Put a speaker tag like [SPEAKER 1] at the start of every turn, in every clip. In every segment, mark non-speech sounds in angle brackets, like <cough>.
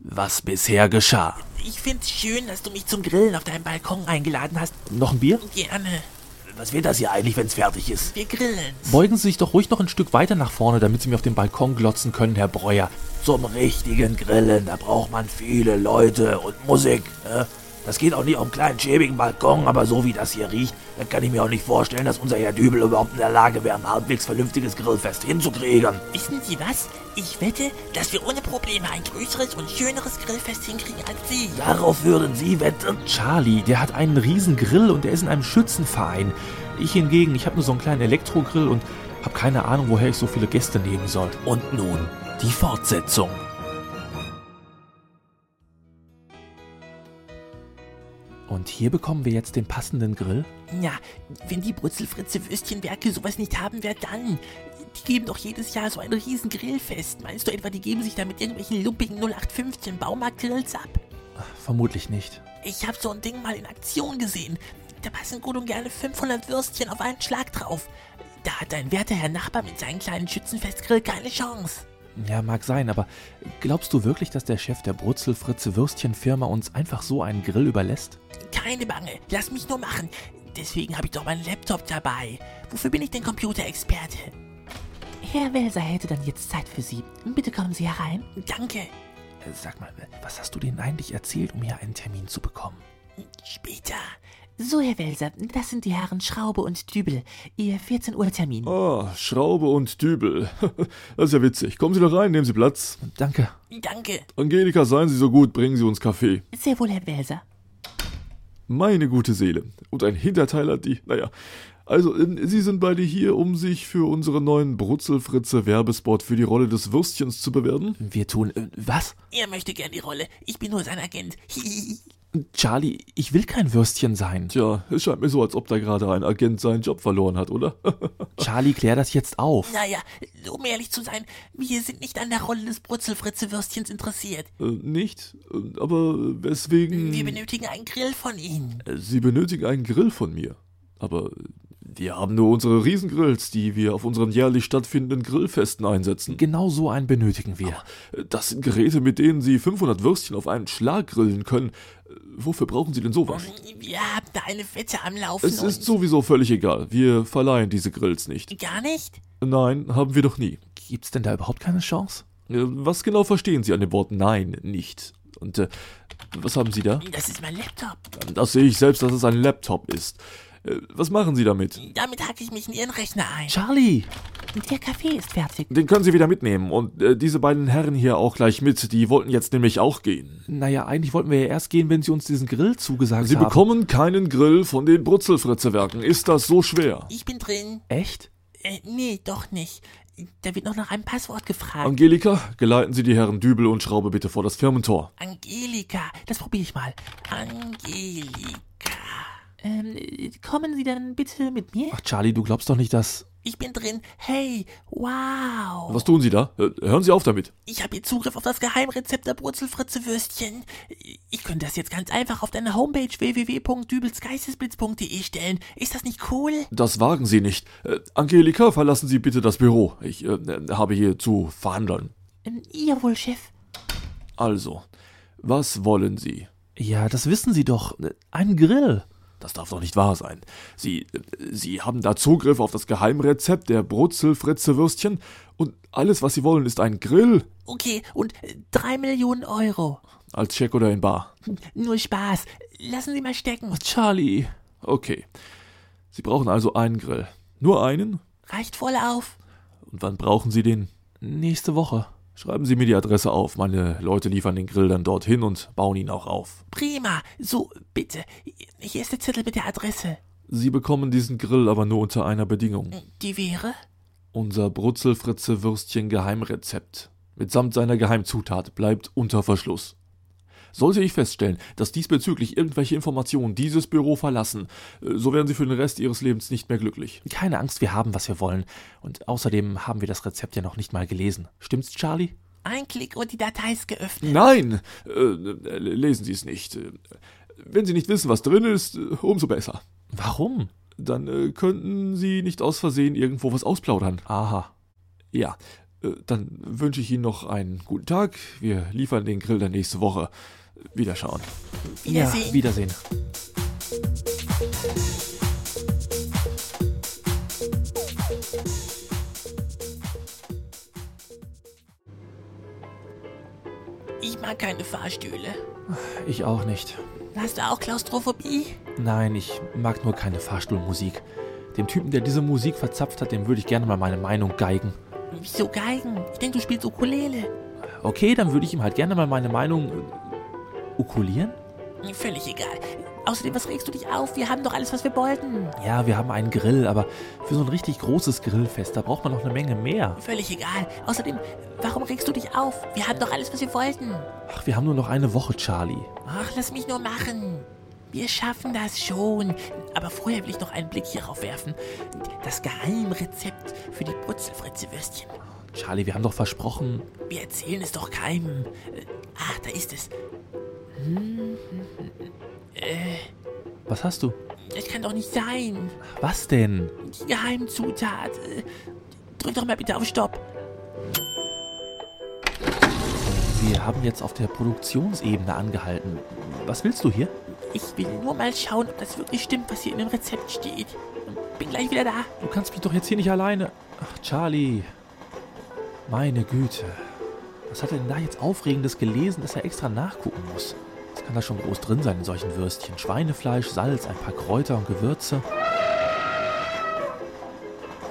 [SPEAKER 1] was bisher geschah.
[SPEAKER 2] Ich find's schön, dass du mich zum Grillen auf deinem Balkon eingeladen hast.
[SPEAKER 1] Noch ein Bier?
[SPEAKER 2] Gerne.
[SPEAKER 1] Was wird das hier eigentlich, wenn's fertig ist?
[SPEAKER 2] Wir grillen.
[SPEAKER 1] Beugen Sie sich doch ruhig noch ein Stück weiter nach vorne, damit Sie mir auf den Balkon glotzen können, Herr Breuer.
[SPEAKER 3] Zum richtigen Grillen, da braucht man viele Leute und Musik. Ne? Das geht auch nicht auf einen kleinen schäbigen Balkon, aber so wie das hier riecht, da kann ich mir auch nicht vorstellen, dass unser Herr Dübel überhaupt in der Lage wäre, ein halbwegs vernünftiges Grillfest hinzukriegen.
[SPEAKER 2] Wissen Sie was? Ich wette, dass wir ohne Probleme ein größeres und schöneres Grillfest hinkriegen als Sie.
[SPEAKER 3] Darauf würden Sie wetten?
[SPEAKER 1] Charlie, der hat einen riesen Grill und der ist in einem Schützenverein. Ich hingegen, ich habe nur so einen kleinen Elektrogrill und habe keine Ahnung, woher ich so viele Gäste nehmen soll.
[SPEAKER 3] Und nun die Fortsetzung.
[SPEAKER 1] Und hier bekommen wir jetzt den passenden Grill.
[SPEAKER 2] Na, wenn die Brutzelfritze Würstchenwerke sowas nicht haben, wer dann? Die geben doch jedes Jahr so ein riesen Grillfest. Meinst du etwa, die geben sich da mit irgendwelchen lumpigen 0815 Baumarktgrills ab?
[SPEAKER 1] Vermutlich nicht.
[SPEAKER 2] Ich hab so ein Ding mal in Aktion gesehen. Da passen gut und gerne 500 Würstchen auf einen Schlag drauf. Da hat dein werter Herr Nachbar mit seinem kleinen Schützenfestgrill keine Chance.
[SPEAKER 1] Ja, mag sein, aber glaubst du wirklich, dass der Chef der Brutzelfritze Würstchenfirma uns einfach so einen Grill überlässt?
[SPEAKER 2] Keine Bange, lass mich nur machen. Deswegen habe ich doch meinen Laptop dabei. Wofür bin ich denn Computerexperte?
[SPEAKER 4] Herr Welser hätte dann jetzt Zeit für Sie. Bitte kommen Sie herein.
[SPEAKER 2] Danke.
[SPEAKER 1] Äh, Sag mal, was hast du denen eigentlich erzählt, um hier einen Termin zu bekommen?
[SPEAKER 2] Später.
[SPEAKER 4] So, Herr Welser, das sind die Herren Schraube und Dübel. Ihr 14 Uhr Termin.
[SPEAKER 5] Ah, Schraube und Dübel. <laughs> Das ist ja witzig. Kommen Sie doch rein, nehmen Sie Platz.
[SPEAKER 1] Danke.
[SPEAKER 2] Danke.
[SPEAKER 5] Angelika, seien Sie so gut, bringen Sie uns Kaffee.
[SPEAKER 4] Sehr wohl, Herr Welser.
[SPEAKER 5] Meine gute Seele. Und ein Hinterteil hat die. Naja. Also, ähm, Sie sind beide hier, um sich für unseren neuen Brutzelfritze Werbespot für die Rolle des Würstchens zu bewerben?
[SPEAKER 1] Wir tun. Äh, was?
[SPEAKER 2] Er möchte gern die Rolle. Ich bin nur sein Agent. Hihihi.
[SPEAKER 1] Charlie, ich will kein Würstchen sein.
[SPEAKER 5] Tja, es scheint mir so, als ob da gerade ein Agent seinen Job verloren hat, oder? <laughs>
[SPEAKER 1] Charlie, klär das jetzt auf.
[SPEAKER 2] Naja, um ehrlich zu sein, wir sind nicht an der Rolle des Brutzelfritze-Würstchens interessiert.
[SPEAKER 5] Äh, Nicht? Äh, Aber
[SPEAKER 4] Hm.
[SPEAKER 5] weswegen?
[SPEAKER 2] Wir benötigen einen Grill von Ihnen.
[SPEAKER 5] Äh, Sie benötigen einen Grill von mir. Aber wir haben nur unsere Riesengrills, die wir auf unseren jährlich stattfindenden Grillfesten einsetzen.
[SPEAKER 1] Genau so einen benötigen wir.
[SPEAKER 5] Äh, Das sind Geräte, mit denen Sie 500 Würstchen auf einen Schlag grillen können. Äh, Wofür brauchen Sie denn sowas?
[SPEAKER 2] Wir haben da eine Wette am Laufen.
[SPEAKER 5] Es ist
[SPEAKER 2] und-
[SPEAKER 5] sowieso völlig egal. Wir verleihen diese Grills nicht.
[SPEAKER 2] Gar nicht?
[SPEAKER 5] Nein, haben wir doch nie.
[SPEAKER 1] Gibt's denn da überhaupt keine Chance?
[SPEAKER 5] Äh, Was genau verstehen Sie an dem Wort Nein nicht? Und äh, was haben Sie da?
[SPEAKER 2] Das ist mein Laptop.
[SPEAKER 5] Das sehe ich selbst, dass es ein Laptop ist. Äh, Was machen Sie damit?
[SPEAKER 2] Damit hacke ich mich in Ihren Rechner ein.
[SPEAKER 1] Charlie!
[SPEAKER 4] Der Kaffee ist fertig.
[SPEAKER 5] Den können Sie wieder mitnehmen und äh, diese beiden Herren hier auch gleich mit, die wollten jetzt nämlich auch gehen.
[SPEAKER 1] Naja, eigentlich wollten wir ja erst gehen, wenn Sie uns diesen Grill zugesagt
[SPEAKER 5] Sie
[SPEAKER 1] haben.
[SPEAKER 5] bekommen keinen Grill von den Brutzelfritzewerken, ist das so schwer?
[SPEAKER 2] Ich bin drin.
[SPEAKER 1] Echt?
[SPEAKER 2] Äh, nee, doch nicht. Da wird noch nach einem Passwort gefragt.
[SPEAKER 5] Angelika, geleiten Sie die Herren Dübel und Schraube bitte vor das Firmentor.
[SPEAKER 2] Angelika. Das probiere ich mal. Angelika.
[SPEAKER 4] Ähm, kommen Sie dann bitte mit mir?
[SPEAKER 1] Ach, Charlie, du glaubst doch nicht, dass.
[SPEAKER 2] Ich bin drin. Hey, wow.
[SPEAKER 5] Was tun Sie da? Äh, hören Sie auf damit.
[SPEAKER 2] Ich habe hier Zugriff auf das Geheimrezept der Brutzelfritze-Würstchen. Ich könnte das jetzt ganz einfach auf deine Homepage www.dübelsgeistesblitz.de stellen. Ist das nicht cool?
[SPEAKER 5] Das wagen Sie nicht. Äh, Angelika, verlassen Sie bitte das Büro. Ich äh, äh, habe hier zu verhandeln.
[SPEAKER 4] Ähm, jawohl, Chef.
[SPEAKER 5] Also, was wollen Sie?
[SPEAKER 1] Ja, das wissen Sie doch. Ein Grill.
[SPEAKER 5] Das darf doch nicht wahr sein. Sie, äh, Sie haben da Zugriff auf das Geheimrezept der Brutzel-Fritze-Würstchen und alles, was Sie wollen, ist ein Grill.
[SPEAKER 2] Okay, und äh, drei Millionen Euro. Hm,
[SPEAKER 5] Als Scheck oder in Bar.
[SPEAKER 2] Nur Spaß. Lassen Sie mal stecken.
[SPEAKER 1] Charlie.
[SPEAKER 5] Okay. Sie brauchen also einen Grill. Nur einen?
[SPEAKER 2] Reicht voll auf.
[SPEAKER 5] Und wann brauchen Sie den?
[SPEAKER 1] Nächste Woche.
[SPEAKER 5] Schreiben Sie mir die Adresse auf. Meine Leute liefern den Grill dann dorthin und bauen ihn auch auf.
[SPEAKER 2] Prima. So, bitte. Hier ist der Zettel mit der Adresse.
[SPEAKER 5] Sie bekommen diesen Grill aber nur unter einer Bedingung.
[SPEAKER 2] Die wäre?
[SPEAKER 5] Unser Brutzelfritze-Würstchen-Geheimrezept mitsamt seiner Geheimzutat bleibt unter Verschluss. Sollte ich feststellen, dass diesbezüglich irgendwelche Informationen dieses Büro verlassen, äh, so werden Sie für den Rest Ihres Lebens nicht mehr glücklich.
[SPEAKER 1] Keine Angst, wir haben, was wir wollen. Und außerdem haben wir das Rezept ja noch nicht mal gelesen. Stimmt's, Charlie?
[SPEAKER 2] Ein Klick und die Datei ist geöffnet.
[SPEAKER 5] Nein! Äh, äh, lesen Sie es nicht. Äh, Wenn Sie nicht wissen, was drin ist, äh, umso besser.
[SPEAKER 1] Warum?
[SPEAKER 5] Dann äh, könnten Sie nicht aus Versehen irgendwo was ausplaudern.
[SPEAKER 1] Aha.
[SPEAKER 5] Ja, Äh, Dann wünsche ich Ihnen noch einen guten Tag. Wir liefern den Grill dann nächste Woche. Wiederschauen.
[SPEAKER 2] Wiedersehen.
[SPEAKER 5] Wiedersehen.
[SPEAKER 2] Ich mag keine Fahrstühle.
[SPEAKER 1] Ich auch nicht.
[SPEAKER 2] Hast du auch Klaustrophobie?
[SPEAKER 1] Nein, ich mag nur keine Fahrstuhlmusik. Dem Typen, der diese Musik verzapft hat, dem würde ich gerne mal meine Meinung geigen.
[SPEAKER 2] Wieso Geigen? Ich denke, du spielst Ukulele.
[SPEAKER 1] Okay, dann würde ich ihm halt gerne mal meine Meinung äh, ukulieren?
[SPEAKER 2] Völlig egal. Außerdem, was regst du dich auf? Wir haben doch alles, was wir wollten.
[SPEAKER 1] Ja, wir haben einen Grill, aber für so ein richtig großes Grillfest, da braucht man noch eine Menge mehr.
[SPEAKER 2] Völlig egal. Außerdem, warum regst du dich auf? Wir haben doch alles, was wir wollten.
[SPEAKER 1] Ach, wir haben nur noch eine Woche, Charlie.
[SPEAKER 2] Ach, lass mich nur machen. Wir schaffen das schon. Aber vorher will ich noch einen Blick hierauf werfen. Das Geheimrezept für die Brutzelfritze-Würstchen.
[SPEAKER 1] Charlie, wir haben doch versprochen.
[SPEAKER 2] Wir erzählen es doch keinem. Äh, Ach, da ist es.
[SPEAKER 1] Was hast du?
[SPEAKER 2] Das kann doch nicht sein.
[SPEAKER 1] Was denn?
[SPEAKER 2] Die Geheimzutat. Äh, Drück doch mal bitte auf Stopp.
[SPEAKER 1] Wir haben jetzt auf der Produktionsebene angehalten. Was willst du hier?
[SPEAKER 2] Ich will nur mal schauen, ob das wirklich stimmt, was hier in dem Rezept steht. Bin gleich wieder da.
[SPEAKER 1] Du kannst mich doch jetzt hier nicht alleine. Ach, Charlie. Meine Güte. Was hat er denn da jetzt Aufregendes gelesen, dass er extra nachgucken muss? Was kann da schon groß drin sein in solchen Würstchen? Schweinefleisch, Salz, ein paar Kräuter und Gewürze.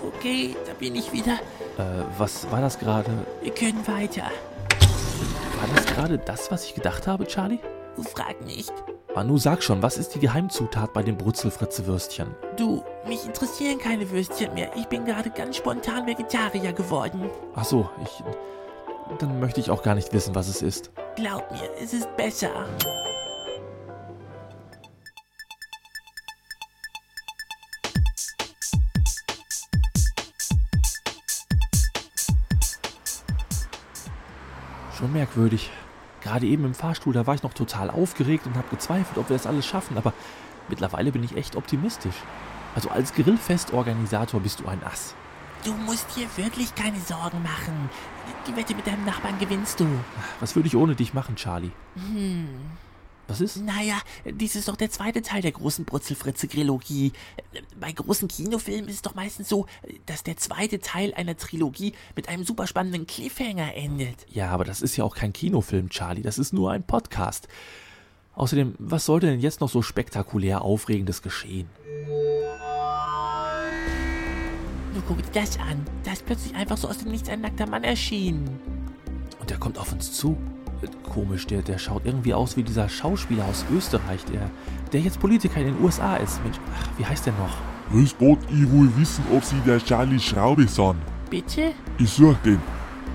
[SPEAKER 2] Okay, da bin ich wieder.
[SPEAKER 1] Äh, was war das gerade?
[SPEAKER 2] Wir können weiter.
[SPEAKER 1] War das gerade das, was ich gedacht habe, Charlie?
[SPEAKER 2] Frag nicht.
[SPEAKER 1] Manu, sag schon, was ist die Geheimzutat bei den Brutzelfritze-Würstchen?
[SPEAKER 2] Du, mich interessieren keine Würstchen mehr. Ich bin gerade ganz spontan Vegetarier geworden.
[SPEAKER 1] Ach so, ich. Dann möchte ich auch gar nicht wissen, was es ist.
[SPEAKER 2] Glaub mir, es ist besser.
[SPEAKER 1] Schon merkwürdig. Gerade eben im Fahrstuhl, da war ich noch total aufgeregt und habe gezweifelt, ob wir das alles schaffen, aber mittlerweile bin ich echt optimistisch. Also als Grillfestorganisator bist du ein Ass.
[SPEAKER 2] Du musst dir wirklich keine Sorgen machen. Die Wette mit deinem Nachbarn gewinnst du.
[SPEAKER 1] Was würde ich ohne dich machen, Charlie?
[SPEAKER 2] Hm.
[SPEAKER 1] Was ist?
[SPEAKER 2] Naja, dies ist doch der zweite Teil der großen Brutzelfritze-Trilogie. Bei großen Kinofilmen ist es doch meistens so, dass der zweite Teil einer Trilogie mit einem super spannenden Cliffhanger endet.
[SPEAKER 1] Ja, aber das ist ja auch kein Kinofilm, Charlie, das ist nur ein Podcast. Außerdem, was sollte denn jetzt noch so spektakulär Aufregendes geschehen?
[SPEAKER 2] Nur guck dir das an. Da ist plötzlich einfach so aus dem Nichts ein nackter Mann erschienen.
[SPEAKER 1] Und der kommt auf uns zu. Äh, Komisch, der, der schaut irgendwie aus wie dieser Schauspieler aus Österreich, der, der jetzt Politiker in den USA ist. Mensch, ach, wie heißt der noch?
[SPEAKER 6] Grüß Gott, ich will wissen, ob Sie der Charlie Schraube sind.
[SPEAKER 2] Bitte?
[SPEAKER 6] Ich suche den.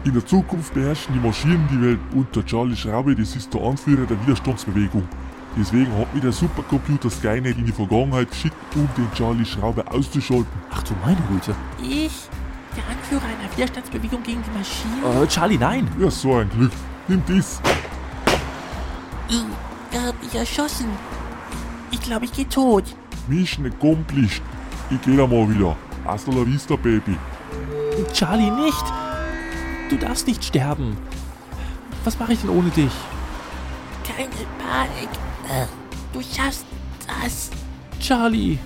[SPEAKER 6] In der Zukunft beherrschen die Maschinen die Welt und der Charlie Schraube, das ist der Anführer der Widerstandsbewegung. Deswegen hat mich der Supercomputer Skynet in die Vergangenheit geschickt, um den Charlie Schraube auszuschalten.
[SPEAKER 1] Ach du meine Güte.
[SPEAKER 2] Ich? Der Anführer einer Widerstandsbewegung gegen die Maschinen?
[SPEAKER 1] Äh, Charlie, nein!
[SPEAKER 6] Ja, so ein Glück. Nimm dies.
[SPEAKER 2] Uh, er hat mich erschossen. Ich glaube, ich gehe tot.
[SPEAKER 6] Mission accomplished. Ich geh da mal wieder. Hasta la vista, Baby.
[SPEAKER 1] Charlie, nicht! Du darfst nicht sterben. Was mache ich denn ohne dich?
[SPEAKER 2] Keine Panik. Äh, Du schaffst das.
[SPEAKER 1] Charlie!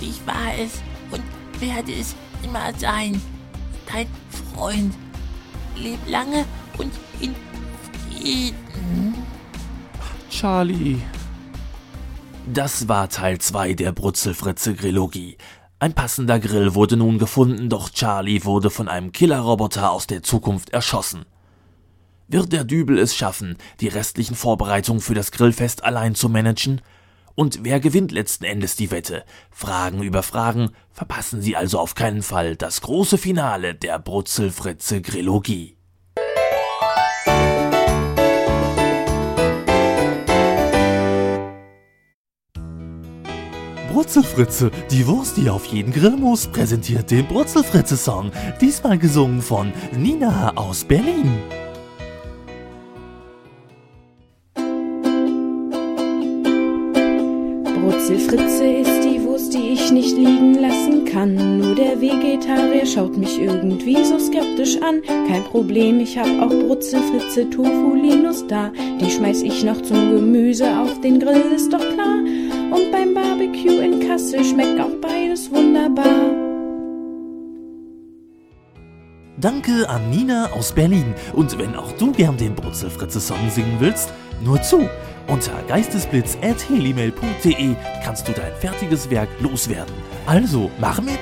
[SPEAKER 2] Ich war es und werde es immer sein. Dein Freund. Leb lange und in Frieden.
[SPEAKER 1] Charlie!
[SPEAKER 5] Das war Teil 2 der Brutzelfritze-Grillogie. Ein passender Grill wurde nun gefunden, doch Charlie wurde von einem Killerroboter aus der Zukunft erschossen. Wird der Dübel es schaffen, die restlichen Vorbereitungen für das Grillfest allein zu managen? Und wer gewinnt letzten Endes die Wette? Fragen über Fragen verpassen Sie also auf keinen Fall das große Finale der Brutzelfritze-Grillogie.
[SPEAKER 1] Brutzelfritze, die Wurst, die auf jeden Grill muss, präsentiert den Brutzelfritze-Song. Diesmal gesungen von Nina aus Berlin.
[SPEAKER 7] Brutzelfritze ist die Wurst, die ich nicht liegen lassen kann. Nur der Vegetarier schaut mich irgendwie so skeptisch an. Kein Problem, ich hab auch Brutzelfritze Tofulinus da. Die schmeiß ich noch zum Gemüse auf den Grill, ist doch klar. Und beim Barbecue in Kassel schmeckt auch beides wunderbar.
[SPEAKER 1] Danke an Nina aus Berlin. Und wenn auch du gern den Brutzelfritze-Song singen willst, nur zu. Unter geistesblitz.helimail.de kannst du dein fertiges Werk loswerden. Also, mach mit!